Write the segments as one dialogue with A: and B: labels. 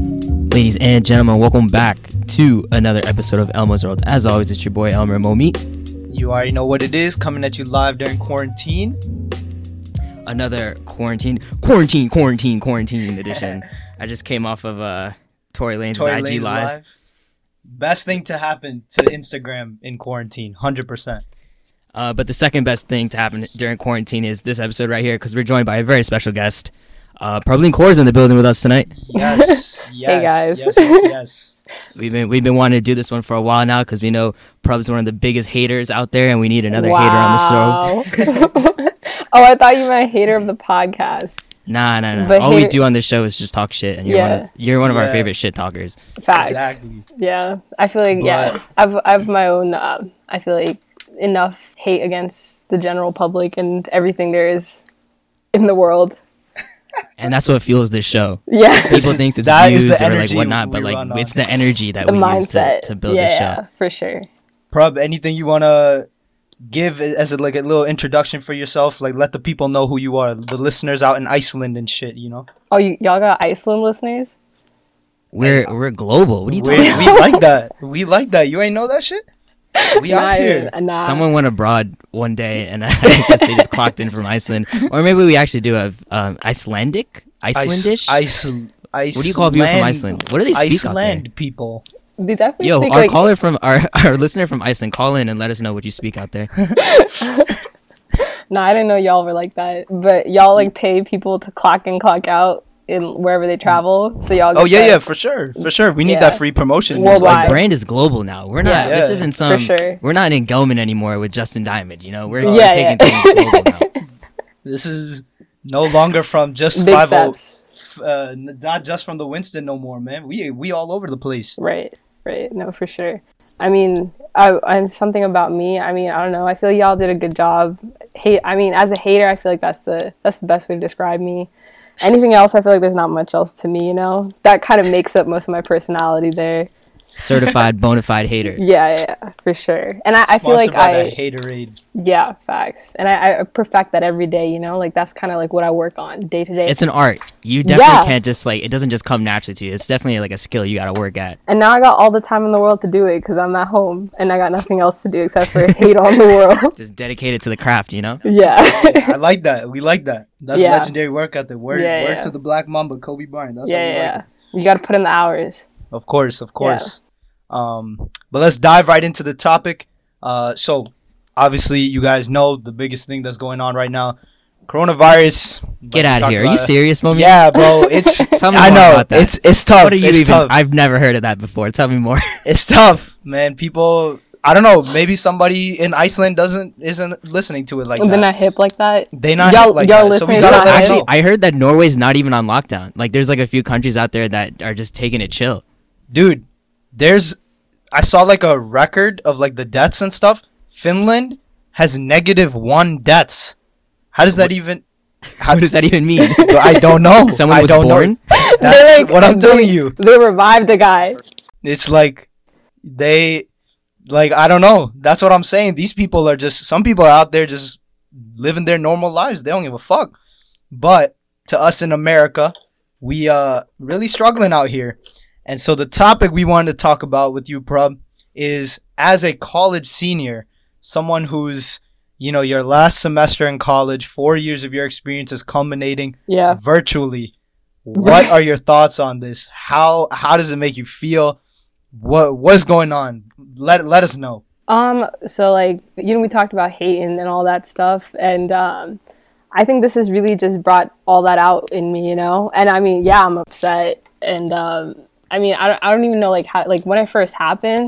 A: Ladies and gentlemen, welcome back to another episode of Elmo's World. As always, it's your boy Elmer Momi.
B: You already know what it is coming at you live during quarantine.
A: Another quarantine, quarantine, quarantine, quarantine edition. I just came off of uh, Tory Lane's
B: Tory
A: IG
B: Lanez
A: live.
B: Best thing to happen to Instagram in quarantine, hundred percent.
A: Uh, but the second best thing to happen during quarantine is this episode right here because we're joined by a very special guest. Uh, Probably Core's in the building with us tonight.
B: Yes, yes,
C: guys.
B: yes, yes, yes.
A: We've been we've been wanting to do this one for a while now because we know Prob's one of the biggest haters out there, and we need another hater on the show.
C: show. oh, I thought you meant a hater of the podcast.
A: Nah, nah, nah.
C: But
A: All we
C: hater-
A: do on this show is just talk shit, and you're one
C: Yeah.
A: of, you're one of our
B: Yeah.
A: favorite shit talkers.
C: Facts.
B: Exactly.
C: Yeah, I feel like yeah,
B: But-
C: I've I've my own. Uh, I feel like enough hate against the general public and everything there is in the world.
A: and that's what fuels this show.
C: Yeah,
A: People
B: is-
A: think it's
B: that is
A: views
B: the
A: or like
B: energy
A: whatnot,
B: we
A: but
B: run
A: like
B: on.
A: it's the energy that
C: the
A: we
C: mindset
A: use to, to build
C: yeah,
A: this show.
C: for sure.
B: Prob, anything you wanna give as a, like a little introduction for yourself? Like, let the people know who you are, the listeners out in Iceland and shit. You know,
C: Oh, you, y'all got Iceland listeners?
A: We're we're global. What are you
B: we,
A: talking? about?
B: we like that. We like that. You ain't know that shit. We
C: Nah,
B: out here.
C: nah.
A: Someone went abroad one day, and I guess they just clocked in from Iceland, or maybe we actually do have um, Icelandic, Icelandish.
B: Ice, Ice,
A: what do you call people from Iceland? What do they speak out there?
B: Iceland people.
C: they definitely
A: Yo,
C: speak
A: our
C: like
A: caller from our, our listener from Iceland, call in and let us know what you speak out there.
C: No, I didn't know y'all were like that. But y'all like pay people to clock in, clock out in wherever they travel. So y'all.
B: Oh
C: get
B: yeah,
C: that
B: yeah, for sure, for sure. We need
C: Yeah.
B: that free promotion. It's
A: Our
C: Worldwide. Why?
A: brand is global now. We're not.
C: Yeah.
A: This
B: Yeah.
A: isn't some.
C: sure.
A: We're not in Gelman anymore with Justin Diamond. You know, we're
C: Yeah,
A: we're
C: yeah.
A: taking things global now.
B: This is no longer from just
C: Big
B: five oh,
C: steps.
B: uh, n- not just from the Winston no more, man. We we all over the place.
C: Right, right. No, for sure. I mean, I, I'm something about me. I mean, I don't know. I feel y'all did a good job. Hate. I mean, as a hater, I feel like that's the that's the best way to describe me. Anything else, I feel like there's not much else to me. You know, that kind of makes up most of my personality there.
A: Certified bona fide hater.
C: Yeah, yeah, yeah, for sure. And I, I feel
B: Sponsored
C: like
B: by
C: I
B: that haterade.
C: yeah, facts. And I, I perfect that every day. You know, like that's kind of like what I work on day to day.
A: It's an art. You definitely
C: Yeah.
A: can't just like it doesn't just come naturally to you. It's definitely like a skill you got to work at.
C: And now I got all the time in the world to do it because I'm at home and I got nothing else to do except for hate on the world.
A: Just dedicated to the craft, you know.
C: Yeah.
B: I like that. We like that. That's
C: Yeah.
B: legendary work out there. Word,
C: Yeah,
B: word
C: yeah.
B: to the Black Mamba, Kobe Bryant. That's how
C: yeah,
B: we like
C: yeah. You got to put in the hours.
B: Of course, of course. Um, but let's dive right into the topic. Uh, so, obviously, you guys know the biggest thing that's going on right now, coronavirus.
A: Get
B: Like,
A: out of
B: talk
A: here. Are you
B: about it.
A: serious, mommy?
B: Yeah, bro. It's
A: Tell me
B: I
A: more
B: know
A: about that.
B: it's it's tough.
A: What are you
B: it's
A: even?
B: tough.
A: I've never heard of that before. Tell me more.
B: it's tough, man. People. I don't know. Maybe somebody in Iceland doesn't isn't listening to it like
C: They're
B: that.
C: not hip like that.
B: They not
C: Y'all-
B: like
C: y'all
B: that. So we
C: listeners
B: gotta let
C: not hip?
B: them
A: Actually,
B: know.
A: I heard that Norway's not even on lockdown. Like, there's like a few countries out there that are just taking it chill.
B: Dude, there's. I saw like a record of like the deaths and stuff. Finland has negative one deaths. How does that even? How
A: What does that even mean?
B: I don't know.
A: Someone
B: I
A: was
B: don't know.
A: born.
B: That's
C: They're like-
B: what I'm
C: they-
B: telling you.
C: They revived a guy.
B: It's like they like I don't know. That's what I'm saying. These people are just some people are out there just living their normal lives. They don't give a fuck. But to us in America, we uh really struggling out here. And so the topic we wanted to talk about with you, Prub, is as a college senior, someone who's you know, your last semester in college, four years of your experience is culminating
C: Yeah.
B: virtually. What are your thoughts on this? How how does it make you feel? What what's going on? Let let us know.
C: Um. So like you know we talked about hating and all that stuff and um, I think this has really just brought all that out in me. You know. And I mean yeah I'm upset and um I mean I don't I don't even know like how like when it first happened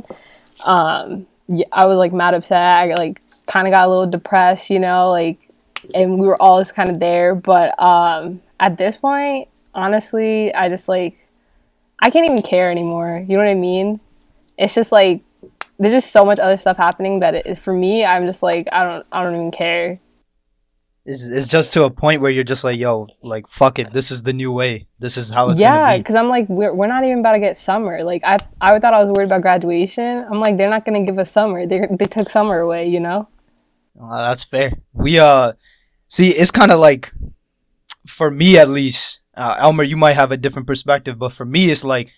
C: um, yeah, I was like mad upset. I like kind of got a little depressed, you know, like, and we were all just kind of there. But um, at this point, honestly, I just like, I can't even care anymore. You know what I mean? It's just like, there's just so much other stuff happening that it, for me, I'm just like, I don't, I don't even care.
B: It's, it's just to a point where you're just like, yo, like fuck it. This is the new way. This is how it's
C: yeah,
B: gonna be.
C: because I'm like, we're, we're not even about to get summer. Like, I, I thought I was worried about graduation. I'm like, they're not gonna give us summer. They, they took summer away, you know?
B: Uh, that's fair. We uh see it's kind of like for me at least. Uh, Elmer, you might have a different perspective, but for me it's like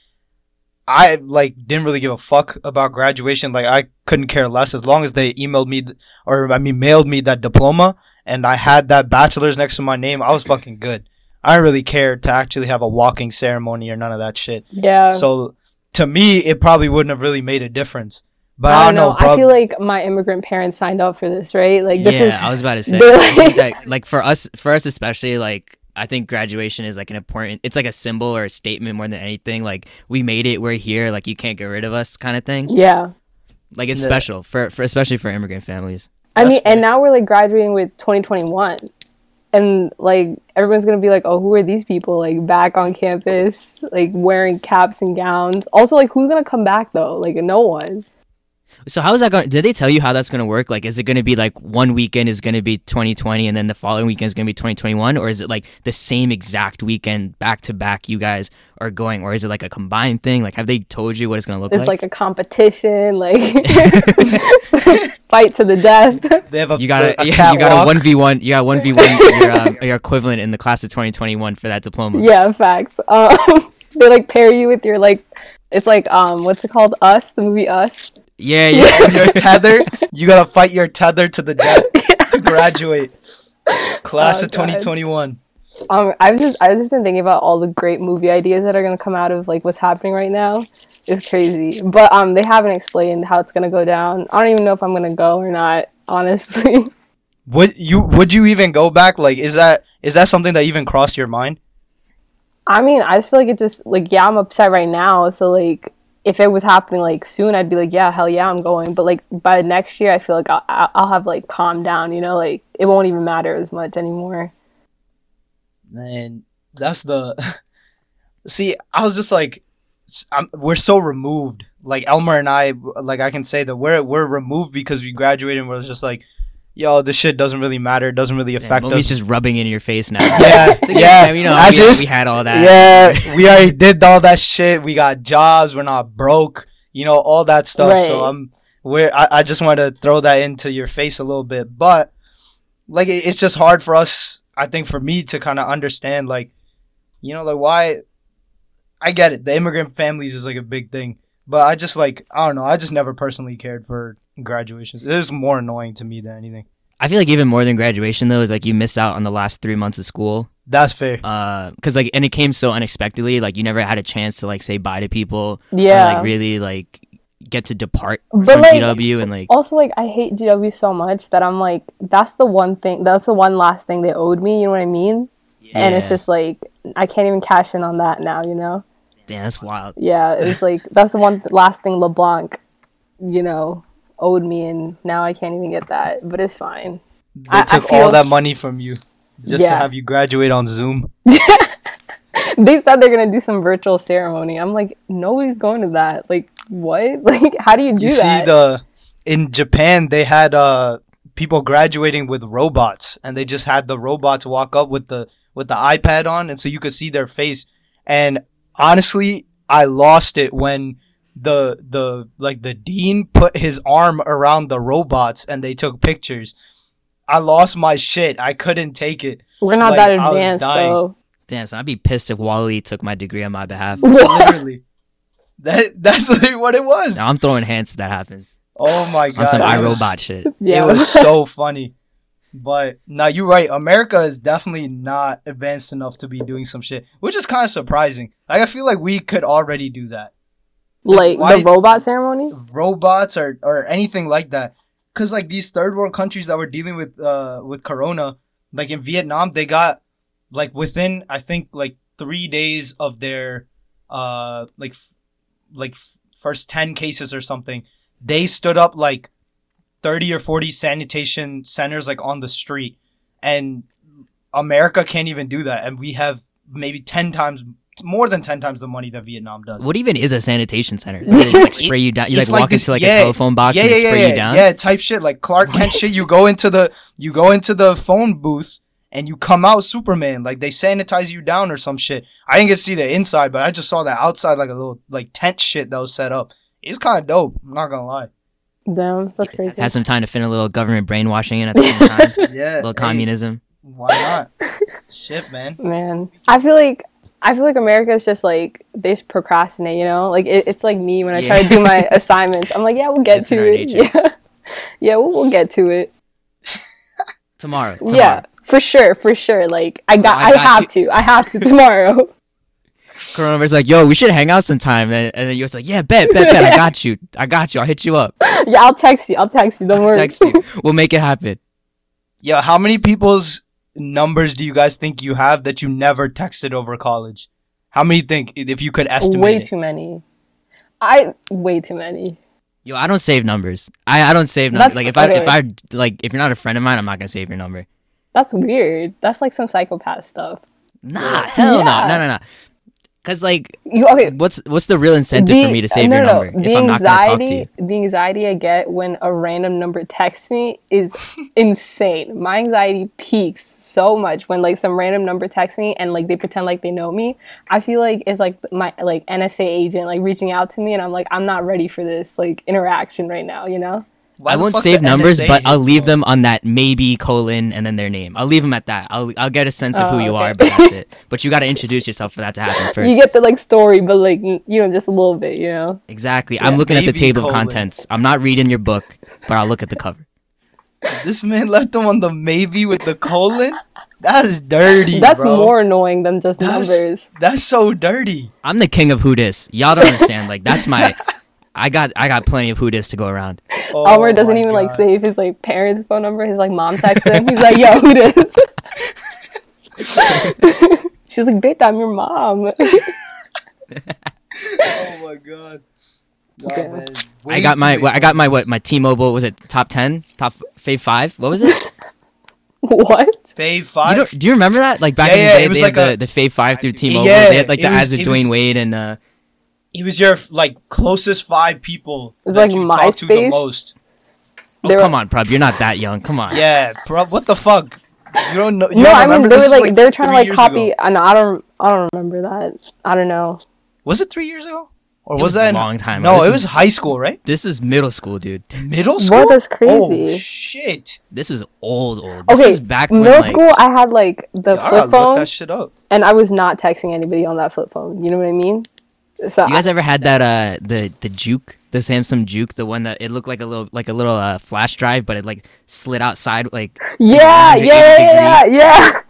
B: I like didn't really give a fuck about graduation. Like I couldn't care less as long as they emailed me th- or I mean mailed me that diploma and I had that bachelor's next to my name. I was fucking good. I didn't really cared to actually have a walking ceremony or none of that shit.
C: Yeah.
B: So to me, it probably wouldn't have really made a difference. But
C: I don't know. I
B: prob-
C: feel like my immigrant parents signed up for this, right? Like this
A: yeah,
C: is
A: I was about to say
C: they're
A: I think
C: like-
A: that, like for us, for us especially, like I think graduation is like an important. It's like a symbol or a statement more than anything. Like we made it, we're here. Like you can't get rid of us, kind of thing.
C: yeah.
A: Like it's
B: Yeah.
A: special for, for especially for immigrant families.
C: I
B: That's
C: mean, and
B: fair.
C: now we're like graduating with 2021, and like everyone's gonna be like, "Oh, who are these people?" Like back on campus, like wearing caps and gowns. Also, like who's gonna come back though? Like no one.
A: So how is that going? Did they tell you how that's going to work? Like, is it going to be like one weekend is going to be 2020, and then the following weekend is going to be 2021, or is it like the same exact weekend back to back? You guys are going, or is it like a combined thing? Like, have they told you what it's going to look
C: It's like a competition, like fight to the death.
B: they have a
A: you got
B: a,
A: a,
B: a
A: you got a
B: catwalk.
A: one v one. You got one v one your um, your equivalent in the class of 2021 for that diploma.
C: yeah, facts. Um, they like pair you with your like. It's like um, what's it called? Us, the movie Us.
A: yeah, yeah.
B: your tether. You gotta fight your tether to the death to graduate. Class
C: Oh,
B: of
C: God.
B: 2021.
C: Um, I've just I've just been thinking about all the great movie ideas that are gonna come out of like what's happening right now. It's crazy, but um, they haven't explained how it's gonna go down. I don't even know if I'm gonna go or not, honestly.
B: Would you would you even go back? Like, is that is that something that even crossed your mind?
C: I mean, I just feel like it just like yeah, I'm upset right now. So like, if it was happening like soon, I'd be like, yeah, hell yeah, I'm going. But like by next year, I feel like I'll, I'll I'll have like calmed down. You know, like it won't even matter as much anymore.
B: Man, that's the. See, I was just like, s- I'm, we're so removed. Like Elmer and I, like I can say that we're we're removed because we graduated. and We're just like, yo, this shit doesn't really matter. It doesn't really
A: yeah
B: affect
A: movies
B: us.
A: just rubbing in your face now.
B: yeah,
A: It's like,
B: yeah.
A: you know,
B: I
A: we,
B: just-
A: we had all that.
B: Yeah, we already did all that shit. We got jobs. We're not broke. You know, all that stuff. So
C: Right.
B: I'm, we're, I, I just wanted to throw that into your face a little bit. But, like, it, it's just hard for us, I think, for me to kind of understand, like, you know, like, why. I get it. The immigrant families is, like, a big thing. But I just, like, I don't know. I just never personally cared for graduations. It was more annoying to me than anything.
A: I feel like even more than graduation though is like you miss out on the last three months of school.
B: That's fair.
A: because like and it came so unexpectedly like you never had a chance to like say bye to people or,
C: Yeah.
A: like really like get to depart
C: But,
A: from
C: like,
A: GW and like
C: also like I hate GW so much that I'm like that's the one thing that's the one last thing they owed me, you know what I mean? And it's
A: Yeah.
C: just like I can't even cash in on that now, you know?
A: damn that's wild
C: Yeah, it's like that's the one th- last thing LeBlanc, you know, owed me and now I can't even get that, but it's fine.
B: They
C: I- I
B: took all
C: feel-
B: that money from you just to
C: Yeah.
B: have you graduate on Zoom.
C: They said they're going to do some virtual ceremony. I'm like nobody's going to that. Like what? Like how do you do
B: you
C: that?
B: see the in Japan they had uh people graduating with robots and they just had the robots walk up with the with the iPad on and so you could see their face and honestly I lost it when the the like the dean put his arm around the robots and they took pictures I lost my shit I couldn't take it
C: We're not
B: like,
C: that
B: I was
C: advanced
B: dying.
C: though.
A: damn so I'd be pissed if Wally took my degree on my behalf no,
B: literally that that's literally what it was
A: I'm throwing hands if that happens
B: oh my god
A: on some
B: it was-
A: iRobot shit
C: Yeah.
B: It was so funny. But now you're right. America is definitely not advanced enough to be doing some shit, which is kind of surprising. Like I feel like we could already do that.
C: like
B: why-
C: the robot ceremony?
B: Robots or or anything like that. Cause like these third world countries that were dealing with uh with corona, like in Vietnam, they got like within I think like three days of their uh like f- like f- first 10 cases or something they stood up like 30 or 40 sanitation centers like on the street and america can't even do that and we have maybe 10 times more than 10 times the money that vietnam does
A: what even is a sanitation center They just, like spray you down you like
B: It's
A: walk
B: like this-
A: into like
B: yeah,
A: a telephone box
B: yeah
A: and
B: yeah
A: they
B: yeah
A: spray
B: yeah,
A: you down
B: yeah type shit like clark kent shit you go into the you go into the phone booth and you come out superman like they sanitize you down or some shit i didn't get to see the inside but i just saw the outside like a little like tent shit that was set up it's kind of dope i'm not gonna lie
C: Damn, that's crazy.
A: had some time to fit a little government brainwashing in at the same time a
B: yeah
A: little
B: hey.
A: communism
B: Why not? Shit, man.
C: Man, I feel like I feel like America's just like they just procrastinate, you know. Like it, it's like me when I try to do my assignments. I'm like, yeah, we'll get
A: It's in
C: to
A: our
C: it.
A: nature.
C: Yeah, yeah, we'll, we'll get to it.
A: Tomorrow. tomorrow.
C: Yeah, for sure, for sure. Like I got,
A: I
C: I,
A: got
C: have to, I have to tomorrow.
A: Coronavirus like, yo, we should hang out sometime. And, and then you're just like, yeah, bet, bet, bet. I got you. I got you. I'll hit you up.
C: yeah, I'll text you. I'll text you. Don't worry.
A: Text me. We'll make it happen.
B: Yeah, how many people's numbers do you guys think you have that you never texted over college? How many think if you could estimate?
C: way
B: it?
C: too many. I way too many.
A: Yo, I don't save numbers. I, I don't save numbers.
C: That's-
A: like if I if
C: okay.
A: I like if you're not a friend of mine, I'm not gonna save your number.
C: That's weird. That's like some psychopath stuff.
A: Nah, hell
C: Yeah.
A: no, no, no, no. Cause like,
C: You okay?
A: what's what's the real incentive for me to save
C: no,
A: your
C: no, no.
A: number
C: The
A: if I'm not gonna talk to
C: anxiety,
A: you?
C: the anxiety I get when a random number texts me is insane. My anxiety peaks so much when like some random number texts me and like they pretend like they know me. I feel like it's like my like NSA agent like reaching out to me and I'm like I'm not ready for this like interaction right now. You know?
B: Why
A: I
B: the
A: won't
B: fuck
A: save
B: the
A: numbers,
B: NSA
A: but I'll
B: hit
A: leave
B: you?
A: them on that maybe colon and then their name. I'll leave them at that. I'll I'll get a sense of
C: Oh,
A: who you
C: okay.
A: are, but that's it. But you got to introduce yourself for that to happen first.
C: You get the like story, but like n- you know just a little bit. You know?
A: exactly. I'm looking at the
B: Maybe
A: table of
B: colon.
A: contents. I'm not reading your book, but I'll look at the cover.
B: This man left them on the maybe with the colon. That's dirty.
C: That's
B: bro.
C: more annoying than just
B: That's-
C: numbers.
B: That's so dirty.
A: I'm the king of who dis. Y'all don't understand. Like that's my. I got I got plenty of who dis to go around.
B: Oh
C: Almer doesn't
B: my
C: even like
B: God.
C: save his like parents' phone number. His like mom texts him. He's like, "Yo, who this?" She's like, "Bitch, I'm your mom."
B: Oh my god. Nah,
C: Okay.
B: man.
A: I
B: Way
A: got
B: too
A: my
B: many
A: I got my
B: numbers.
A: what my T-Mobile was it top ten top fave five what was it?
C: what?
B: Fave
A: You
B: five.
A: don't, do you remember that? Like back
B: Yeah,
A: in the
B: yeah,
A: day,
B: it was
A: they
B: like
A: had the,
B: a-
A: the fave five through T-Mobile.
B: Yeah,
A: they had like the
B: it
A: ads
B: was-
A: with
B: it was-
A: Dwayne Wade and uh,
B: he was your like closest five people
C: It's
B: that
C: like
B: you talked to the
C: MySpace?
B: most.
A: oh,
C: They were-
A: come on, Prub, you're not that young. Come on.
B: Yeah, bro. What the fuck? You don't know. You
C: no,
B: don't
C: I mean
B: remember
C: they
B: this
C: were
B: is,
C: like, they were trying to
B: three
C: like
B: years
C: copy.
B: ago.
C: I know. I don't. I don't remember that. I don't know.
B: Was it three years ago? Or
A: It
B: was,
A: was
B: that
A: a
B: in-
A: long time ago.
B: No,
A: This
B: it
A: is-
B: was high school, right?
A: This is middle school, dude.
B: Middle school.
C: that's
B: Oh
C: crazy.
B: shit!
A: This was old, old. This
C: Okay,
A: was back when,
C: middle
A: like,
C: school. I had like
B: Y'all
C: the
B: gotta
C: flip
B: look
C: phone,
B: that shit up.
C: and I was not texting anybody on that flip phone. You know what I mean? So
A: you
C: I,
A: guys ever had that uh the the juke the Samsung juke the one that it looked like a little like a little uh, flash drive but it like slid outside like
C: yeah, yeah,
A: 180
C: yeah, yeah,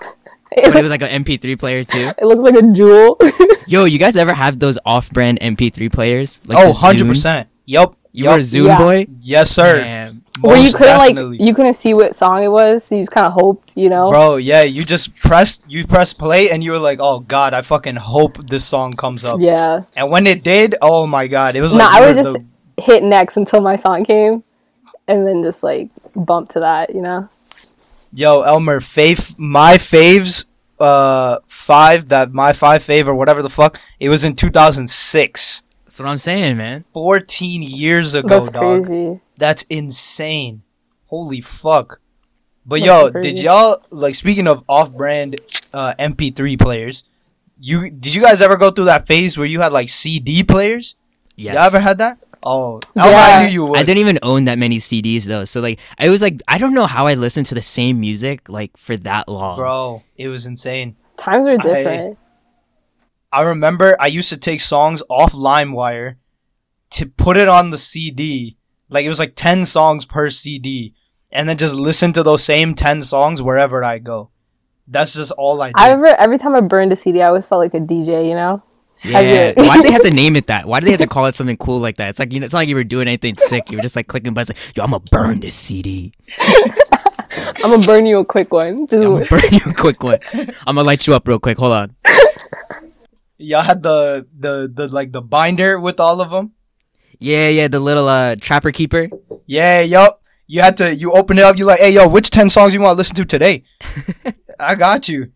C: yeah.
A: but it was like an MP3 player too.
C: It looks like a jewel.
A: Yo, you guys ever have those off-brand MP3 players? Like
B: Oh,
A: the Zune?
B: 100 percent. Yep.
A: You
B: yep.
A: were a Zune
C: Yeah.
A: boy.
B: Yes, sir.
A: Damn.
C: Where you
B: Most
C: couldn't
B: definitely.
C: like you couldn't see what song it was, so you just kind of hoped, you know.
B: Bro, yeah, you just pressed you press play and you were like, "Oh god, I fucking hope this song comes up."
C: Yeah.
B: And when it did, oh my god, it was
C: No,
B: like
C: I
B: you
C: would
B: were
C: just
B: the-
C: hit next until my song came, and then just like bump to that, you know.
B: yo, Elmer, fave my faves uh 5 that my 5 fave or whatever the fuck. It was in 2006.
A: That's what I'm saying, man.
B: 14 years ago,
C: That's
B: dog.
C: crazy.
B: That's insane. Holy fuck. But
C: That's
B: yo,
C: crazy.
B: did y'all like speaking of off-brand uh, MP3 players? You did you guys ever go through that phase where you had like CD players?
A: Yes.
B: Y'all ever had that? Oh, I
C: Yeah.
B: knew you would.
A: I didn't even own that many CDs though. So like I was like I don't know how I listened to the same music like for that long.
B: bro. It was insane.
C: Times are different.
B: I remember I used to take songs off LimeWire to put it on the CD. Like it was like ten songs per CD, and then just listen to those same ten songs wherever I go. That's just all I did.
C: I, ever every time I burned a CD, I always felt like a DJ, you know. I
A: Yeah.
C: get it.
A: Why do they have to name it that? Why do they have to call it something cool like that? It's like you know, it's not like you were doing anything sick. You were just like clicking buttons like, yo, I'm gonna burn this CD.
C: I'm gonna burn you a quick one. Just-
A: I'm gonna burn you a quick one. I'm gonna light you up real quick. Hold on.
B: Y'all had the the the like the binder with all of them.
A: Yeah, yeah, the little uh trapper keeper.
B: Yeah, yup. You had to you open it up. You like, hey yo, which ten songs you want to listen to today? I got you.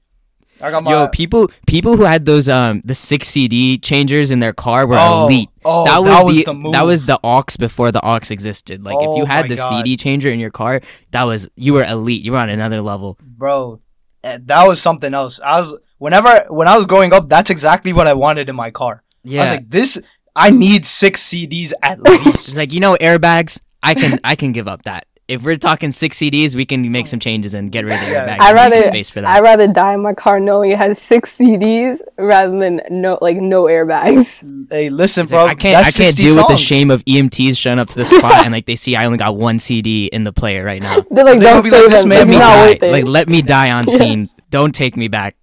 B: I got my
A: Yo, people people who had those um the six CD changers in their car were
B: Oh,
A: elite.
B: oh,
A: that was,
B: that was
A: the,
B: the
A: that was
B: move.
A: the aux before the aux existed. Like if
B: Oh
A: you
B: my
A: had the
B: God.
A: CD changer in your car, that was you were elite. You were on another level.
B: bro. eh, That was something else. I was whenever when I was growing up, that's exactly what I wanted in my car.
A: Yeah,
B: I was like, this. I need six CDs at least.
A: It's like you know airbags. I can I can give up that. if we're talking six CDs, we can make some changes and get rid of the
B: Yeah.
A: airbag.
C: I
A: and make some
C: Oh. rather
A: space for
C: I
A: that.
C: rather die in my car knowing it has six CDs rather than no like no airbags.
B: Hey, listen,
A: It's like,
B: bro.
A: I can't.
B: that's
A: I can't
B: 60
A: deal with the
B: songs.
A: shame of EMTs showing up to the spot and like they see I only got one CD in the player right now.
C: They're like,
B: They're gonna
C: don't
B: be
C: save
B: like, this
C: them.
B: man
A: Let
C: It's
A: me
B: be
C: not
A: die.
C: worth it.
A: Like let me die on scene. Don't take me back.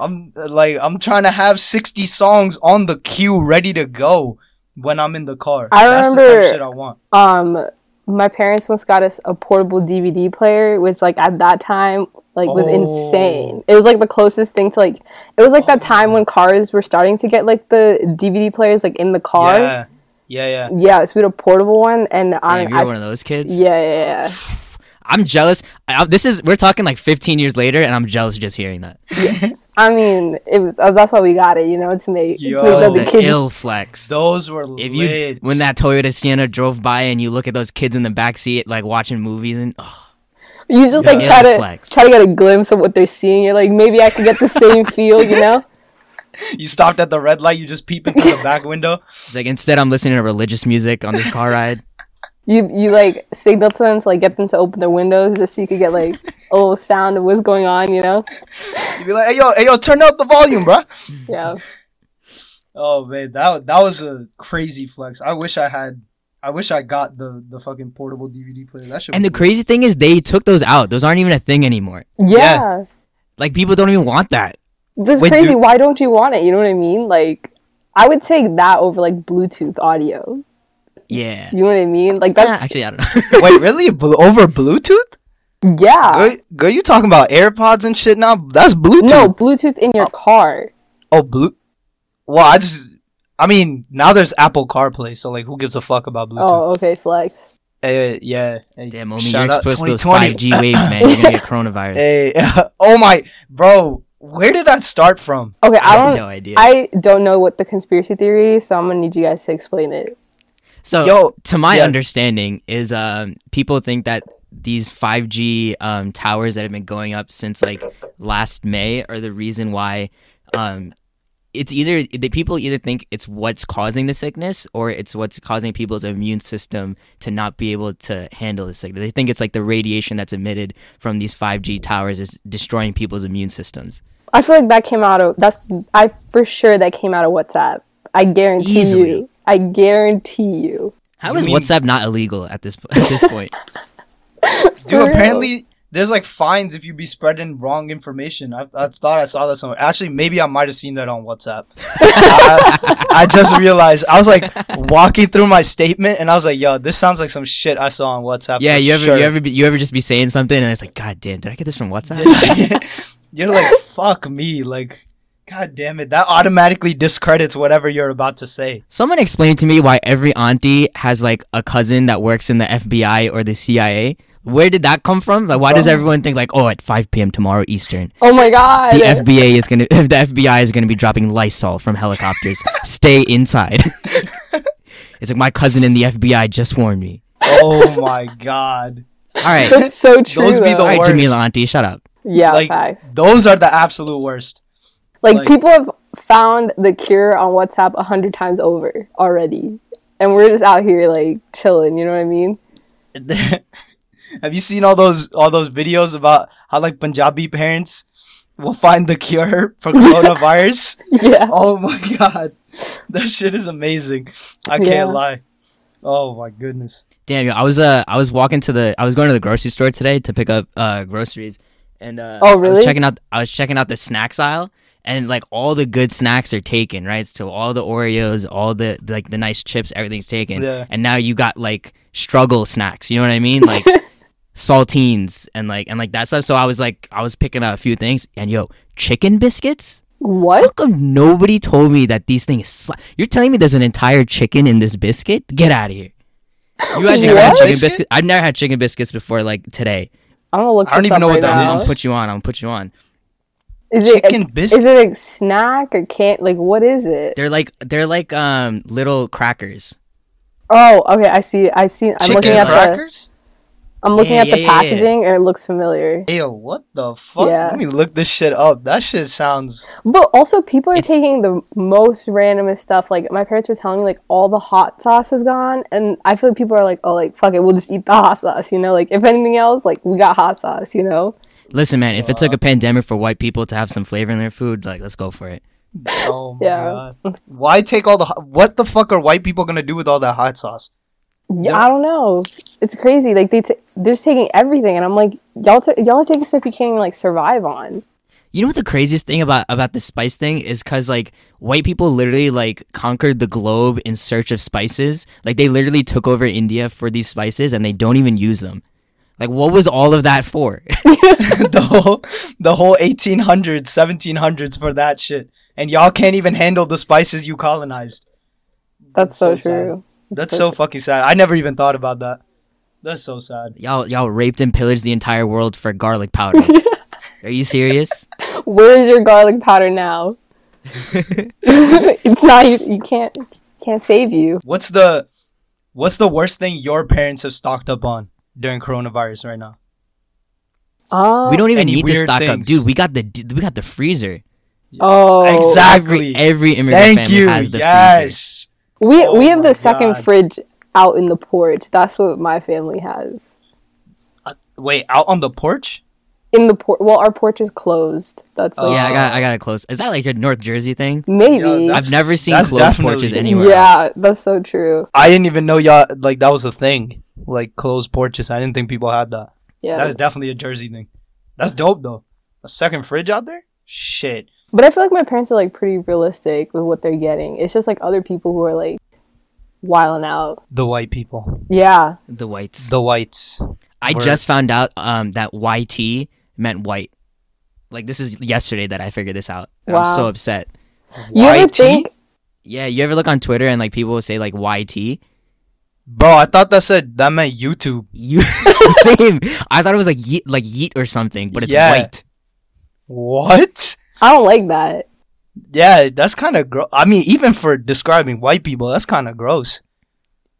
B: I'm uh, like, I'm trying to have 60 songs on the queue ready to go when I'm in the car.
C: I
B: That's the type
C: remember-
B: of shit I want.
C: um, my parents once got us a portable DVD player, which like at that time like was
B: Oh.
C: insane. It was like the closest thing to like it was like that time when cars were starting to get like the DVD players like in the car.
B: Yeah. Yeah, yeah.
C: Yeah, so we had a portable one, and I,
A: Damn, you're
C: I-
A: one of those kids.
C: yeah, yeah, yeah.
A: I'm jealous. I, I- this is we're talking like 15 years later, and I'm jealous just hearing that.
C: I mean, it was uh, that's why we got it, you know, to make to
B: Yo.
C: make
A: That
C: that
A: was
C: the
A: the
C: kids
A: ill flex.
B: Those were
A: if you
B: lit.
A: when that Toyota Sienna drove by and you look at those kids in the back seat like watching movies and oh,
C: You just like
A: Yeah.
C: try to
A: Flex.
C: try to get a glimpse of what they're seeing. You're like, maybe I could get the same feel, you know?
B: you stopped at the red light, you just peep into the back window.
A: it's like instead I'm listening to religious music on this car ride.
C: You you like signal to them to like get them to open their windows just so you could get like a little sound of what's going on, you know?
B: You'd be like, hey, yo, hey, yo, turn up the volume, bruh.
C: Yeah.
B: Oh man, that wa- that was a crazy flex. I wish I had. I wish I got the the fucking portable DVD player. That shit.
A: And
B: was
A: the
B: lit.
A: crazy thing is they took those out. Those aren't even a thing anymore.
C: Yeah.
B: Yeah.
A: Like people don't even want that.
C: This is
B: When
C: crazy.
B: you-
C: Why don't you want it? You know what I mean? Like I would take that over like Bluetooth audio.
A: Yeah.
C: You know what I mean? Like that's
A: Actually, I don't know.
B: Wait, really? Blu- over Bluetooth?
C: yeah.
B: Girl, girl, you talking about AirPods and shit now? That's Bluetooth.
C: No, Bluetooth in your car.
B: Oh, blue. Well, I just. I mean, now there's Apple CarPlay, so like, who gives a fuck about Bluetooth?
C: Oh, okay, flex.
B: Eh, yeah. Eh,
A: Damn, Omi,
B: shout
A: you're
B: out
A: exposed to those
B: 2020.
A: 5G waves, man. You're gonna get coronavirus.
B: Eh, oh my, bro. Where did that start from?
C: Okay, I
A: have
C: don't
A: no idea.
C: I don't know what the conspiracy theory is, so I'm gonna need you guys to explain it.
A: So,
B: Yo,
A: to my
B: yeah.
A: understanding, is um, people think that these 5G um, towers that have been going up since like last May are the reason why um, it's either the people either think it's what's causing the sickness or it's what's causing people's immune system to not be able to handle the sickness. They think it's like the radiation that's emitted from these 5G towers is destroying people's immune systems.
C: I feel like that came out of that's I for sure that came out of WhatsApp. I guarantee
A: Easily.
C: you. I guarantee you.
A: How
B: You
A: is
B: mean-
A: WhatsApp not illegal at this at this point?
C: For
B: Dude,
C: real.
B: apparently there's like fines if you be spreading wrong information. I, I thought I saw that somewhere. Actually, maybe I might have seen that on WhatsApp. I, I just realized I was like walking through my statement, and I was like, "Yo, this sounds like some shit I saw on WhatsApp."
A: Yeah,
B: for
A: you ever
B: sure.
A: you ever be, you ever just be saying something and it's like, God damn, did I get this from WhatsApp?
B: You're like, "Fuck me!" Like, god damn it, that automatically discredits whatever you're about to say.
A: Someone explained to me why every auntie has like a cousin that works in the FBI or the CIA. Where did that come from? Like, why does
B: Bro.
A: everyone think like, oh, at 5 p.m. tomorrow Eastern,
C: Oh my god.
A: the FBI is gonna, the FBI is gonna be dropping Lysol from helicopters. Stay inside. it's like my cousin in the FBI just warned me.
B: Oh my god.
A: All right, all
C: That's so true.
B: Those be the
C: though.
A: right,
B: worst.
A: Jamila auntie, shut up.
C: yeah,
B: like
C: facts.
B: those are the absolute worst.
C: Like,
B: like-
C: people have found the cure on WhatsApp a hundred times over already. And we're just out here like chilling, you know what I mean?
B: Have you seen all those all those videos about how like Punjabi parents will find the cure for coronavirus?
C: Yeah.
B: oh my god, that shit is amazing. I can't
C: Yeah.
B: lie. Oh my goodness.
A: Damn, yo, I was uh, I was walking to the, I was going to the grocery store today to pick up uh groceries, and uh,
C: Oh,
A: I
C: really?
A: was checking out, I was checking out the snacks aisle, and like all the good snacks are taken, right? So all the Oreos, all the like the nice chips, everything's taken.
B: Yeah.
A: And now you got like struggle snacks. You know what I mean? Like saltines and like and like that stuff. So I was like, I was picking up a few things, and yo, chicken biscuits. How
C: What?
A: come nobody told me that these things? Sla- You're telling me there's an entire chicken in this biscuit? Get out of here. You guys never had
C: What?
A: chicken
B: Biscuit?
A: biscuits? I've never had chicken biscuits before, like today.
C: I'm gonna look
B: I don't
C: this
B: even
C: up
B: know what
C: right
B: that
A: I'm
C: now.
A: gonna
B: is.
A: put you on. I'm gonna put you on.
C: Is it
B: Chicken
C: is
B: biscuit.
C: it a snack or can't like what is it?
A: They're like they're like um little crackers.
C: Oh, okay. I see. I've seen. I'm looking
B: Chicken
C: at
B: crackers?
C: I'm looking
A: Yeah,
C: at the
A: yeah, yeah, yeah.
C: packaging and it looks familiar.
B: Ew, what the fuck?
C: Yeah.
B: Let me look this shit up. That shit sounds.
C: But also, people are
A: It's-
C: taking the most randomest stuff. Like my parents were telling me, like all the hot sauce is gone, and I feel like people are like, "Oh, like fuck it, we'll just eat the hot sauce." You know, like if anything else, like we got hot sauce. You know,
A: Listen, man, if it took a pandemic for white people to have some flavor in their food, like let's go for it.
B: Oh my
C: Yeah.
B: god. Why take all the. ho- What the fuck are white people gonna do with all that hot sauce?
C: yeah.
B: Yeah.
C: I don't know. It's crazy. Like they t- they're just taking everything, and I'm like, y'all, t- y'all are taking stuff you can't even like survive on.
A: You know what the craziest thing about about the spice thing is cuz like white people literally like conquered the globe in search of spices. Like they literally took over India for these spices and they don't even use them. Like what was all of that for?
B: the whole, the whole 1800s, 1700s for that shit, and y'all can't even handle the spices you colonized.
C: That's,
B: so
C: so,
B: sad.
C: true.
B: That's so fucking sad. I never even thought about that. That's so sad.
A: y'all y'all raped and pillaged the entire world for garlic powder. Are you serious?
C: Where is your garlic powder now? it's not. You, you can't can't save you.
B: What's the what's the worst thing your parents have stocked up on during coronavirus right now?
C: Oh,
A: We don't even
B: Any
A: need to
B: weird
A: stock up,
B: things?
A: dude. We got the d- we got the freezer.
C: Oh,
B: exactly.
A: Every every immigrant
B: Thank
A: family
B: you.
A: has the freezer.
B: Yes.
C: We
B: Oh
C: we have
B: my
C: the second
B: God.
C: fridge out in the porch. That's what my family has.
B: Wait, out on the porch?
C: In the porch. Well, our porch is closed. That's
B: Oh.
C: like
A: Yeah, I got I got it close. Is that like a North Jersey thing?
C: maybe.
B: Yeah,
A: I've never seen
B: that's
A: closed
B: definitely-
A: porches anywhere. else.
C: yeah, that's so true.
B: I didn't even know y'all like that was a thing. Like closed porches. I didn't think people had that.
C: Yeah.
B: That's definitely a Jersey thing. That's dope though. A second fridge out there? Shit.
C: but I feel like my parents are like pretty realistic with what they're getting. It's just like other people who are like wilding out.
B: The white people.
C: Yeah.
A: the whites.
B: The whites.
A: I
B: word.
A: just found out um, that YT meant white. Like this is yesterday that I figured this out. And I'm so
C: Wow.
A: upset.
C: You ever
B: YT?
C: think
A: Yeah, you ever look on Twitter and like people will say like YT?
B: Bro, I thought that said that meant YouTube.
A: You same. I thought it was like yeet, like yeet or something, but it's
B: Yeah.
A: white.
B: What?
C: I don't like that.
B: Yeah, that's kind of gross. I mean, even for describing white people, that's kind of gross.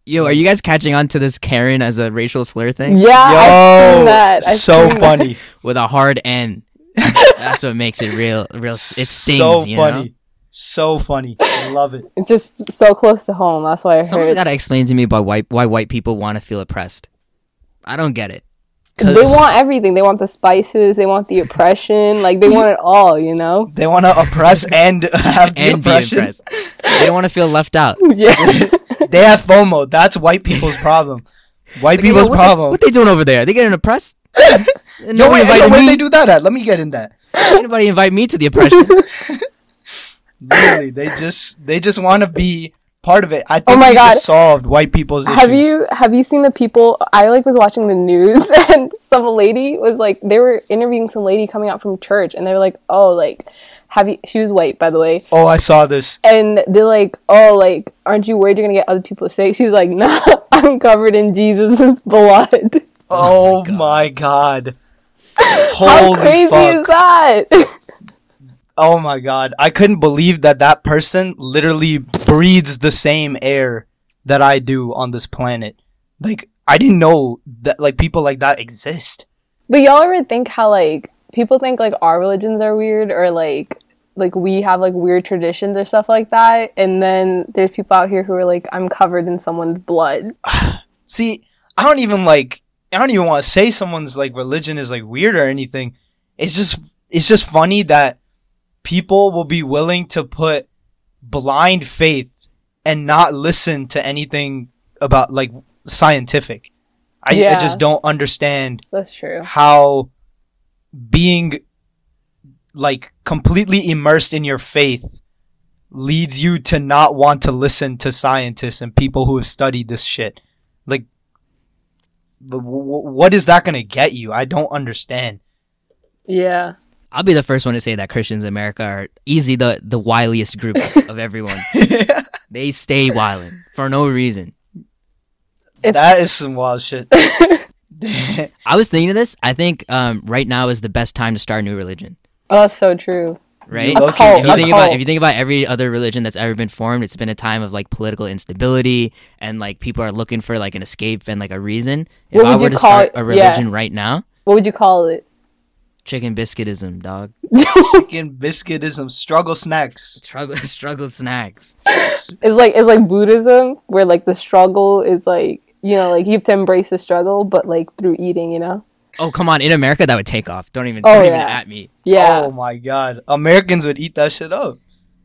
A: Yo, are you guys catching on to this Karen as a racial slur thing
C: Yeah, I've seen that. I've
B: so
C: seen that.
B: funny.
A: with a hard N? That's what makes it real. Real. It stings.
B: so
A: you know?
B: funny. So funny. I love it.
C: It's just so close to home. That's why I
A: Someone's
C: heard.
A: got to explain to me why white why white people want to feel oppressed. I don't get it.
C: They want everything. They want the spices. They want the oppression. Like they want it all. You know.
B: They want to oppress and have the
A: And be
B: oppression.
A: oppressed. They don't want to feel left out.
C: Yeah.
B: They have FOMO. That's white people's problem.
A: Like,
B: White
A: yo,
B: people's
A: what they-
B: problem.
A: what they doing over there? They getting oppressed?
B: Yo,
A: Nobody
B: wait, yo,
A: invited
B: where they
A: me.
B: do that at? Let me get in that.
A: Anybody invite me to the oppression?
B: Literally, they just they just want to be part of it. I think
C: my
B: we
C: God.
B: just solved white people's issues.
C: Have you have you seen the people? I like was watching the news, and some lady was like, they were interviewing some lady coming out from church, and they were like, oh, like, have you? She was white, by the way,
B: Oh, I saw this.
C: and they're like, oh, like, aren't you worried you're gonna get other people sick? She's like, nah, I'm covered in Jesus' blood.
B: Oh, my god.
C: How
B: Holy
C: crazy
B: fuck.
C: is that?
B: Oh my god. I couldn't believe that that person literally breathes the same air that I do on this planet. Like I didn't know that like people like that exist.
C: but y'all ever think how like people think like our religions are weird or like like we have like weird traditions or stuff like that, and then there's people out here who are like, I'm covered in someone's blood.
B: See, I don't even like I don't even want to say someone's like religion is like weird or anything. It's just it's just funny that people will be willing to put blind faith and not listen to anything about like scientific. I, I
C: Yeah.
B: just don't understand
C: That's true.
B: how being like completely immersed in your faith leads you to not want to listen to scientists and people who have studied this shit. Like, the- wh- wh- what is that going to get you? I don't understand.
C: Yeah.
A: I'll be the first one to say that Christians in America are easy the the wiliest group of everyone. They stay wild for no reason.
C: It's,
B: that is some wild shit.
A: I was thinking of this. I think um, right now is the best time to start a new religion.
C: oh, that's so true.
A: right?
C: A
B: Okay,
A: If
C: cult,
A: you
C: a
A: think about
C: cult.
A: if you think about every other religion that's ever been formed, it's been a time of like political instability and like people are looking for like an escape and like a reason. If
C: What
A: I
C: would you
A: were to
C: call
A: start
C: it?
A: a
C: Yeah.
A: religion right now,
C: what would you call it?
A: chicken biscuitism, dog.
B: Chicken biscuitism, struggle snacks.
A: Struggle struggle snacks.
C: It's like it's like Buddhism, where like the struggle is like you know like you have to embrace the struggle, but like through eating, you know.
A: Oh come on, in America that would take off. Don't even
C: Oh,
A: don't even
C: yeah.
A: at me.
C: Yeah,
B: Oh my god, Americans would eat that shit up.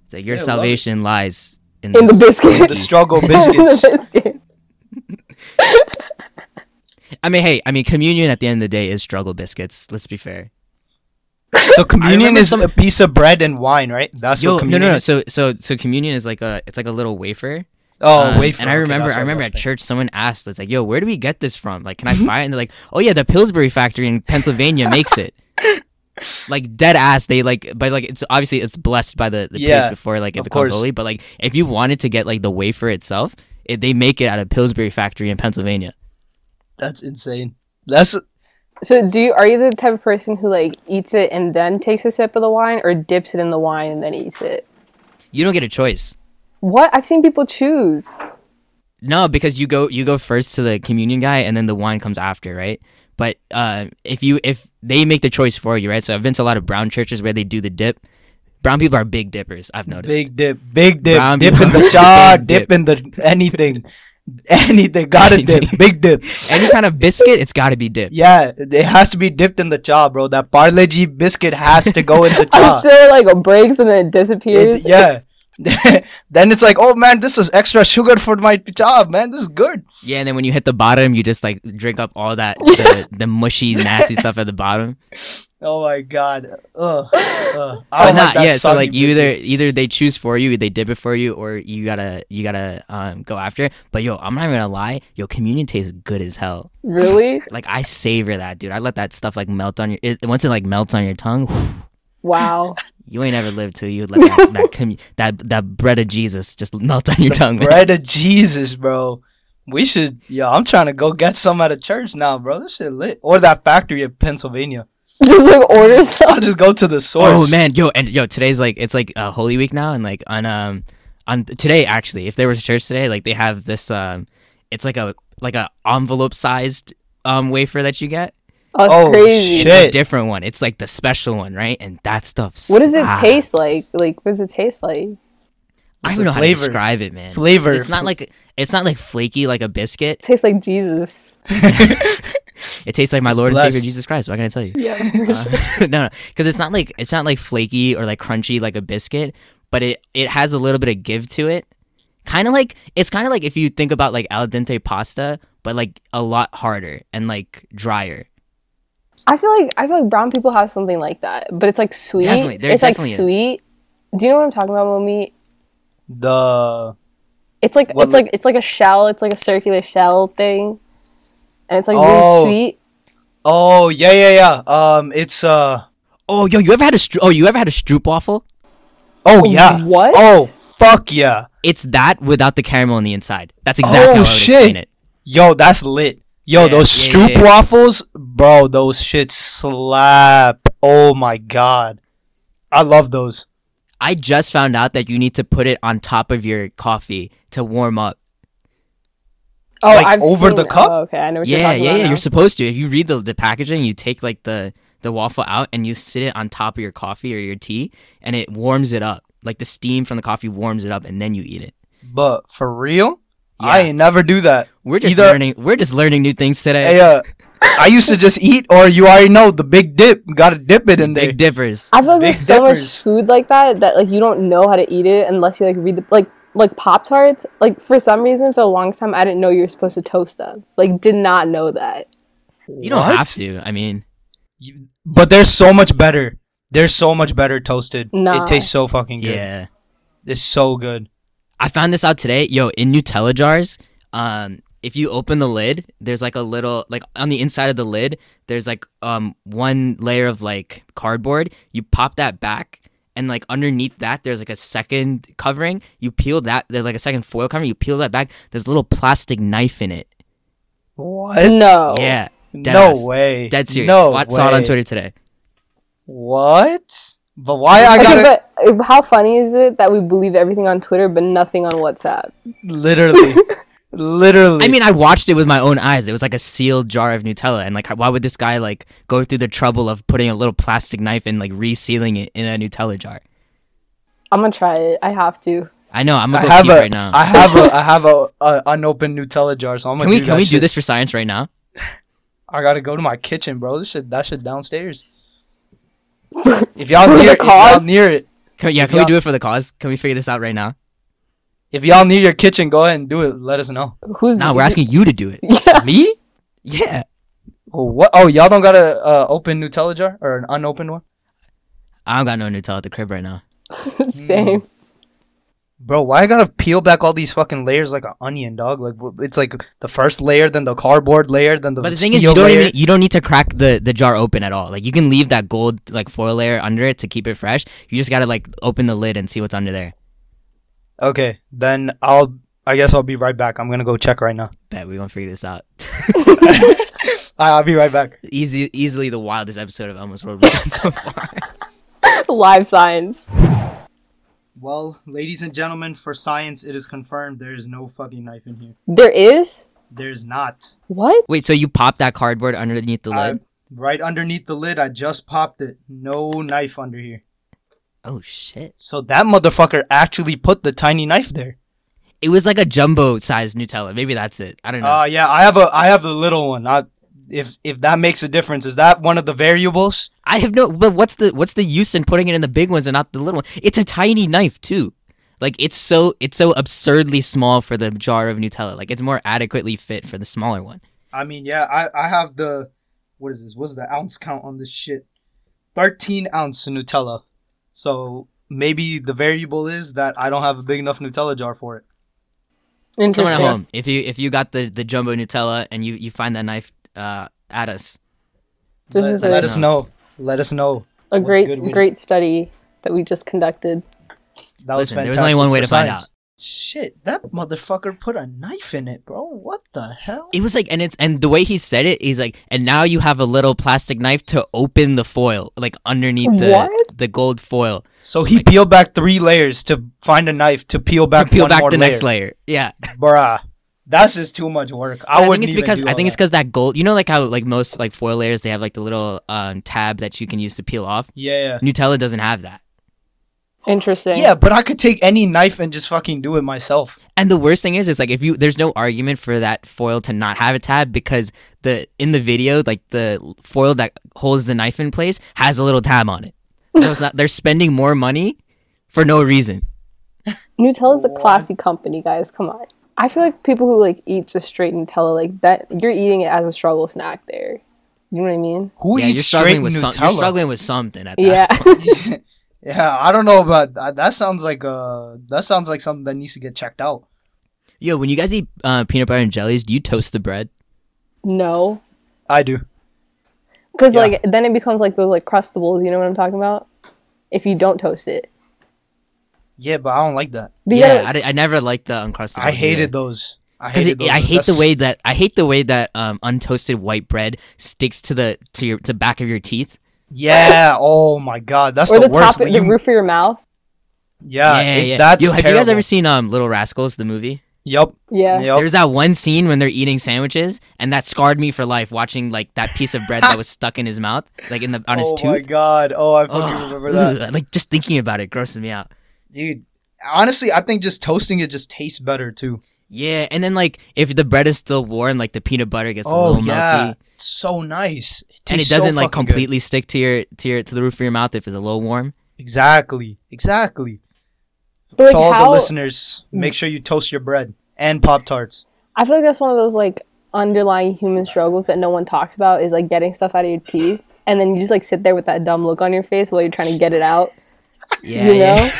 A: It's like your
B: Yeah, love it.
A: salvation lies in,
C: in the
A: this.
C: biscuit.
B: The struggle
C: In the
B: biscuits.
C: biscuit.
A: I mean, hey, I mean communion at the end of the day is struggle biscuits. Let's be fair.
B: So communion
A: remember
B: is
A: some-
B: a piece of bread and wine, right? That's
A: Yo,
B: what
A: no, no,
B: communion.
A: no.
B: is?
A: So, so, so communion is like a, it's like a little wafer.
B: Oh,
A: Um,
B: wafer.
A: And I
B: Okay,
A: remember,
B: that's
A: I
B: what
A: remember
B: was
A: at
B: thinking.
A: church, someone asked, "It's like, yo, where do we get this from? Like, can I buy it?" And they're like, "Oh yeah, the Pillsbury factory in Pennsylvania makes it." Like dead ass, they like, but like it's obviously it's blessed by the, the
B: Yeah,
A: priest before like it
B: of
A: becomes
B: course.
A: holy. But like, if you wanted to get like the wafer itself, it, they make it out of Pillsbury factory in Pennsylvania.
B: That's insane. That's
C: So do you are you the type of person who like eats it and then takes a sip of the wine, or dips it in the wine and then eats it?
A: You don't get a choice.
C: What I've seen people choose.
A: No, because you go you go first to the communion guy, and then the wine comes after, right? But uh, if you if they make the choice for you, right? So I've been to a lot of brown churches where they do the dip. Brown people are big dippers. I've noticed.
B: big dip, big dip,
A: Brown
B: dip
A: people.
B: in the jar,
A: Big dip.
B: dip in the anything, anything. Gotta dip,
A: Anything.
B: big dip.
A: Any kind of biscuit, it's got to be dipped.
B: Yeah, it has to be dipped in the cha, bro. That Parle G biscuit has to go in the cha.
C: I'm sure like it breaks and then it disappears.
B: It- yeah. then it's like, oh man, this is extra sugar for my cha, man. This is good.
A: Yeah, and then when you hit the bottom, you just like drink up all that the, the mushy, nasty stuff at the bottom.
B: Oh my god. Ugh. Ugh. Oh, I
A: But
B: don't
A: not
B: that
A: yeah. So
B: soggy
A: like you either
B: biscuit.
A: either they choose for you, they dip it for you, or you gotta you gotta um, go after it. But yo, I'm not even gonna lie. Yo, communion tastes good as hell.
C: Really?
A: Like I savor that, dude. I let that stuff like melt on your. It, once it like melts on your tongue,
C: Wow.
A: you ain't ever lived till you let that that, commu- that that bread of Jesus just melt on your tongue. man.
B: bread of Jesus, bro. We should. Yeah, I'm trying to go get some at a church now, bro. This shit lit. Or that factory in Pennsylvania.
C: Just like order
B: I'll
C: stuff.
B: just go to the source.
A: Oh man, yo, and yo, today's like it's like uh, Holy Week now, and like on um on today actually, if there was church today, like they have this um, it's like a like a envelope sized um wafer that you get.
C: Oh, it's
B: Oh,
C: crazy.
B: shit.
A: It's a different one. It's like the special one, right? And that stuff.
C: What does it
A: slaps.
C: taste like? Like what does it taste like?
A: I don't
B: It's the
A: know how to
B: flavor.
A: describe it, man.
B: Flavor.
A: It's not like it's not like flaky like a biscuit.
C: tastes like Jesus.
A: It tastes like my
B: It's
A: Lord and
B: blessed.
A: Savior Jesus Christ. What can I tell you?
C: Yeah.
A: Uh, no, no, because it's not like it's not like flaky or like crunchy like a biscuit, but it it has a little bit of give to it. Kind of like it's kind of like if you think about like al dente pasta, but like a lot harder and like drier.
C: I feel like I feel like brown people have something like that, but it's like sweet.
A: Definitely, there
C: it's like
A: definitely is.
C: sweet. Do you know what I'm talking about, Momi?
B: The
C: It's like
B: What
C: it's like it's like a shell. It's like a circular shell thing, and it's like
B: Oh.
C: really sweet.
B: oh yeah yeah yeah. Um, it's uh.
A: Oh, yo, you ever had a stru- oh you ever had a stroopwafel?
B: Oh yeah.
C: what?
B: Oh fuck yeah.
A: It's that without the caramel on the inside. That's exactly
B: Oh,
A: how I would
B: shit.
A: explain it.
B: Yo, that's lit. Yo,
A: Yeah,
B: those
A: yeah, yeah,
B: stroop
A: yeah.
B: waffles, bro. Those shit slap. Oh my god. I love those.
A: I just found out that you need to put it on top of your coffee to warm up.
C: Oh,
B: Like,
C: I've
B: over
C: seen
B: the
C: it.
B: cup?
C: Oh, okay, I know what you're
A: yeah,
C: talking
A: yeah,
C: about.
A: yeah.
C: now.
A: You're supposed to. If you read the, the packaging, you take like the the waffle out and you sit it on top of your coffee or your tea, and it warms it up. Like the steam from the coffee warms it up, and then you eat it.
B: But for real, I
A: Yeah.
B: ain't never do that.
A: We're just
B: Either-
A: learning. We're just learning new things today.
B: Hey, uh, I used to just eat, or you already know the big dip. Gotta dip it in there.
A: Big dippers.
C: I feel like
B: Big
C: there's so
B: Dippers.
C: much food like that that like you don't know how to eat it unless you like read the like like pop tarts. Like for some reason, for the longest time, I didn't know you were supposed to toast them. Like, did not know that.
A: You don't
B: What?
A: have to. I mean,
B: You- But they're so much better. They're so much better toasted.
C: Nah.
B: It tastes so fucking good.
A: yeah.
B: It's so good.
A: I found this out today. Yo, in Nutella jars, um, if you open the lid, there's like a little like on the inside of the lid, there's like um one layer of like cardboard. You pop that back and like underneath that there's like a second covering. You peel that there's like a second foil covering, you peel that back, there's a little plastic knife in it.
B: What?
C: No.
A: Yeah.
B: Oh, No
A: deadass.
B: way.
A: Dead serious.
B: No
A: What- Saw it on
B: way.
A: Twitter today.
B: What? But why I gotta
C: okay, but uh, how funny is it that we believe everything on Twitter but nothing on WhatsApp?
B: literally, literally?
A: I mean, I watched it with my own eyes. It was like a sealed jar of Nutella, and like, why would this guy like go through the trouble of putting a little plastic knife and like resealing it in a Nutella jar?
C: I'm gonna try it. I have to.
A: I know. I'm
B: I
A: gonna go
B: have
A: pee
B: a,
A: right now.
B: I have a, I have a, a unopened Nutella jar. So I'm gonna
A: can we
B: do
A: can
B: that
A: we do
B: shit.
A: this for science right now?
B: I gotta go to my kitchen, bro. This shit, that shit downstairs. if y'all
C: For the
B: near, if y'all
C: cause?
B: near it,
A: Can, yeah,
B: If
A: can we
B: y'all-
A: do it for the cause? Can we figure this out right now?
B: if y'all need your kitchen, go ahead and do it. Let us know.
C: Who's
A: No, we're asking you to do it.
C: Yeah.
A: Me? Yeah.
B: Oh, what? Oh, y'all don't got a uh, open Nutella jar or an unopened one,
A: I don't got no Nutella at the crib right now.
C: Same.
B: bro? Why I gotta peel back all these fucking layers like an onion, dog? Like wh- it's like the first layer, then the cardboard layer, then the
A: But the thing is,
B: steel
A: you don't
B: layer.
A: even, you don't need to crack the, the jar open at all. Like you can leave that gold like foil layer under it to keep it fresh. You just gotta like open the lid and see what's under there.
B: Okay, then I'll. I guess I'll be right back. I'm gonna go check right now.
A: Bet we gonna figure this out.
B: I, I'll be right back.
A: Easy, easily the wildest episode of Elmo's World we've done so far.
C: Live science.
B: Well, ladies and gentlemen, for science, it is confirmed there is no fucking knife in here.
C: There is
B: There is not.
C: what?
A: Wait, so you pop that cardboard underneath the
B: I-
A: lid?
B: right underneath the lid, I just popped it. No knife under here.
A: Oh shit!
B: So that motherfucker actually put the tiny knife there.
A: It was like a jumbo sized Nutella. Maybe that's it. I don't know.
B: Uh yeah, I have a I have the little one. I, if if that makes a difference, is that one of the variables?
A: I have no. But what's the what's the use in putting it in the big ones and not the little one? It's a tiny knife too. Like it's so it's so absurdly small for the jar of Nutella. Like it's more adequately fit for the smaller one.
B: I mean, yeah, I I have the what is this? What's the ounce count on this shit? Thirteen ounce Nutella. So maybe the variable is that I don't have a big enough Nutella jar for it.
A: Someone at
C: Interesting.
A: home, if you if you got the the jumbo Nutella and you you find that knife, uh, at us.
C: This
B: let,
C: is
B: let
C: a,
B: us know. Let us know.
C: a
B: what's
C: great
B: good with it.
C: great study that we just conducted.
B: That was
A: Listen,
B: fantastic.
A: there's only one way
B: for
A: to find
B: science.
A: out.
B: Shit, that motherfucker put a knife in it, bro. What the hell?
A: It was like, and it's and the way he said it, he's like, and now you have a little plastic knife to open the foil, like underneath the
C: What?
A: the gold foil
B: So he peeled back three layers to find a knife to peel
A: to
B: back
A: peel
B: one
A: back
B: more
A: the
B: layer.
A: next layer. Yeah,
B: Bruh, that's just too much work. I,
A: But
B: wouldn't
A: think it's
B: even
A: because
B: do
A: I
B: all
A: think it's
B: that.
A: because that gold. You know, like how like most like foil layers, they have like the little um, tab that you can use to peel off.
B: yeah,
A: Nutella doesn't have that.
C: Interesting.
B: yeah, yeah. But I could take any knife and just fucking do it myself.
A: And the worst thing is, is like if you there's no argument for that foil to not have a tab because the in the video like the foil that holds the knife in place has a little tab on it. So it's not they're spending more money for no reason.
C: Nutella's a classy company, guys. Come on. I feel like people who like eat just straight Nutella, like that, you're eating it as a struggle snack. There, you know what I mean?
B: Who
A: yeah,
B: eats
A: you're
B: straight
A: struggling with
B: Nutella?
A: some, you're struggling with something at that.
C: Yeah.
B: yeah, I don't know about uh, that. Sounds like uh, that sounds like something that needs to get checked out.
A: Yo, when you guys eat uh, peanut butter and jellies, do you toast the bread?
C: no,
B: I do.
C: because
B: Yeah.
C: like then it becomes like those like crustables. You know what I'm talking about? If you don't toast it,
B: Yeah, but I don't like that.
C: But
A: yeah,
C: yeah,
A: I, di- I never liked the uncrustables.
B: I hated
A: either.
B: those. I
A: Because
B: hated those.
A: I hate the
B: That's-
A: way that I hate the way that um, untoasted white bread sticks to the to your to back of your teeth.
B: Yeah. Oh my god, that's
C: or
B: the,
C: the,
B: worst.
C: top, the
B: You-
C: roof of your mouth.
A: yeah,
B: yeah, Uh, it-
A: yeah.
B: that's
A: Yo, have
B: terrible.
A: you guys ever seen um, Little Rascals the movie?
B: Yep.
C: Yeah.
B: Yep.
A: There's that one scene when they're eating sandwiches, and that scarred me for life. Watching like that piece of bread that was stuck in his mouth, like in the on his
B: oh my
A: tooth.
B: god. Oh, I fucking
A: Ugh,
B: remember that.
A: ugh, like just thinking about it grosses me out.
B: Dude, honestly, I think just toasting it just tastes better too.
A: Yeah, and then like if the bread is still warm, like the peanut butter gets a
B: Oh
A: little
B: yeah.
A: melty,
B: It's so nice. It
A: and it
B: tastes so
A: doesn't like
B: fucking good.
A: completely stick to your to your to the roof of your mouth if it's a little warm.
B: Exactly. Exactly.
C: But
B: to all
C: like
B: the
C: how?
B: listeners, make sure you toast your bread and Pop Tarts.
C: I feel like that's one of those like underlying human struggles that no one talks about is like getting stuff out of your teeth, and then you just like sit there with that dumb look on your face while you're trying to get it out.
A: Yeah,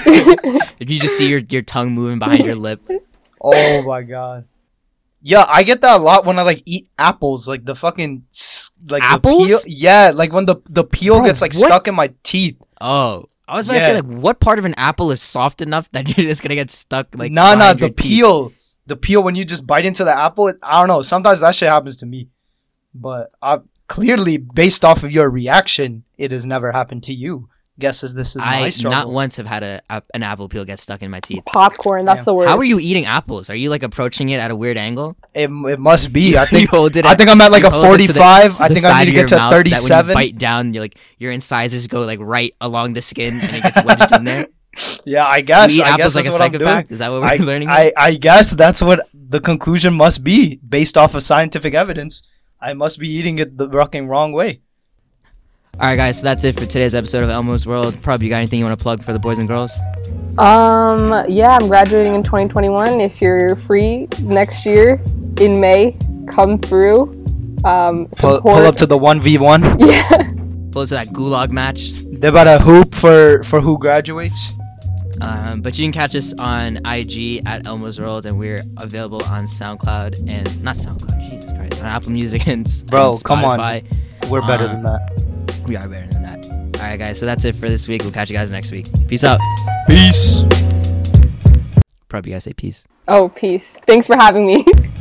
C: you know.
A: yeah. If you just see your, your tongue moving behind your lip,
B: Oh my god. Yeah, I get that a lot when I like eat apples, like the fucking s- like the
A: Apples?
B: peel- yeah, like when the the peel
A: Bro,
B: gets like
A: what?
B: stuck in my teeth.
A: oh, I was about to
B: Yeah.
A: say like, what part of an apple is soft enough that you're just gonna get stuck? Like,
B: nah, nah,
A: behind
B: the
A: your teeth?
B: peel, the peel when you just bite into the apple. It, I don't know. Sometimes that shit happens to me, uh, but I, clearly, based off of your reaction, it has never happened to you. guesses this is my
A: I
B: struggle.
A: not once have had a, a an apple peel get stuck in my teeth.
C: Popcorn. That's
B: Damn.
C: the worst.
A: How are you eating apples? Are you like approaching it at a weird angle?
B: it, it must be. I
A: you
B: think
A: hold it.
B: I
A: at-
B: think I'm at like
A: you
B: a
A: hold it to the-
B: 45.
A: to
B: I
A: the
B: think I
A: side
B: need to
A: of
B: get
A: your
B: to
A: mouth that when you
B: 37.
A: Bite down. You're like your incisors go like right along the skin and it gets wedged in there.
B: Yeah, I
A: You
B: guess.
A: eat
B: I
A: apples
B: guess
A: like
B: that's
A: a
B: what I'm doing.
A: psychopath. Is that what we're
B: I,
A: learning?
B: I, I guess that's what the conclusion must be based off of scientific evidence. I must be eating it the fucking wrong way.
A: All right, guys. So that's it for today's episode of Elmo's World. Probably you got anything you want to plug for the boys and girls?
C: Um, yeah, I'm graduating in 2021. If you're free next year in May, come through. Um,
B: Pull,
C: support.
B: pull up to the 1v1.
C: yeah.
A: Pull it to that gulag match.
B: They're about to hoop for, for who graduates.
A: Um, but you can catch us on IG at Elmo's World, and we're available on SoundCloud and not SoundCloud. Jesus Christ, on Apple Music and, s-
B: Bro,
A: and
B: come on.
A: Spotify.
B: We're better
A: Uh,
B: than that.
A: We are better than that. All right, guys. So that's it for this week. We'll catch you guys next week. Peace out.
B: Peace.
A: Probably you guys say peace.
C: Oh, peace. Thanks for having me.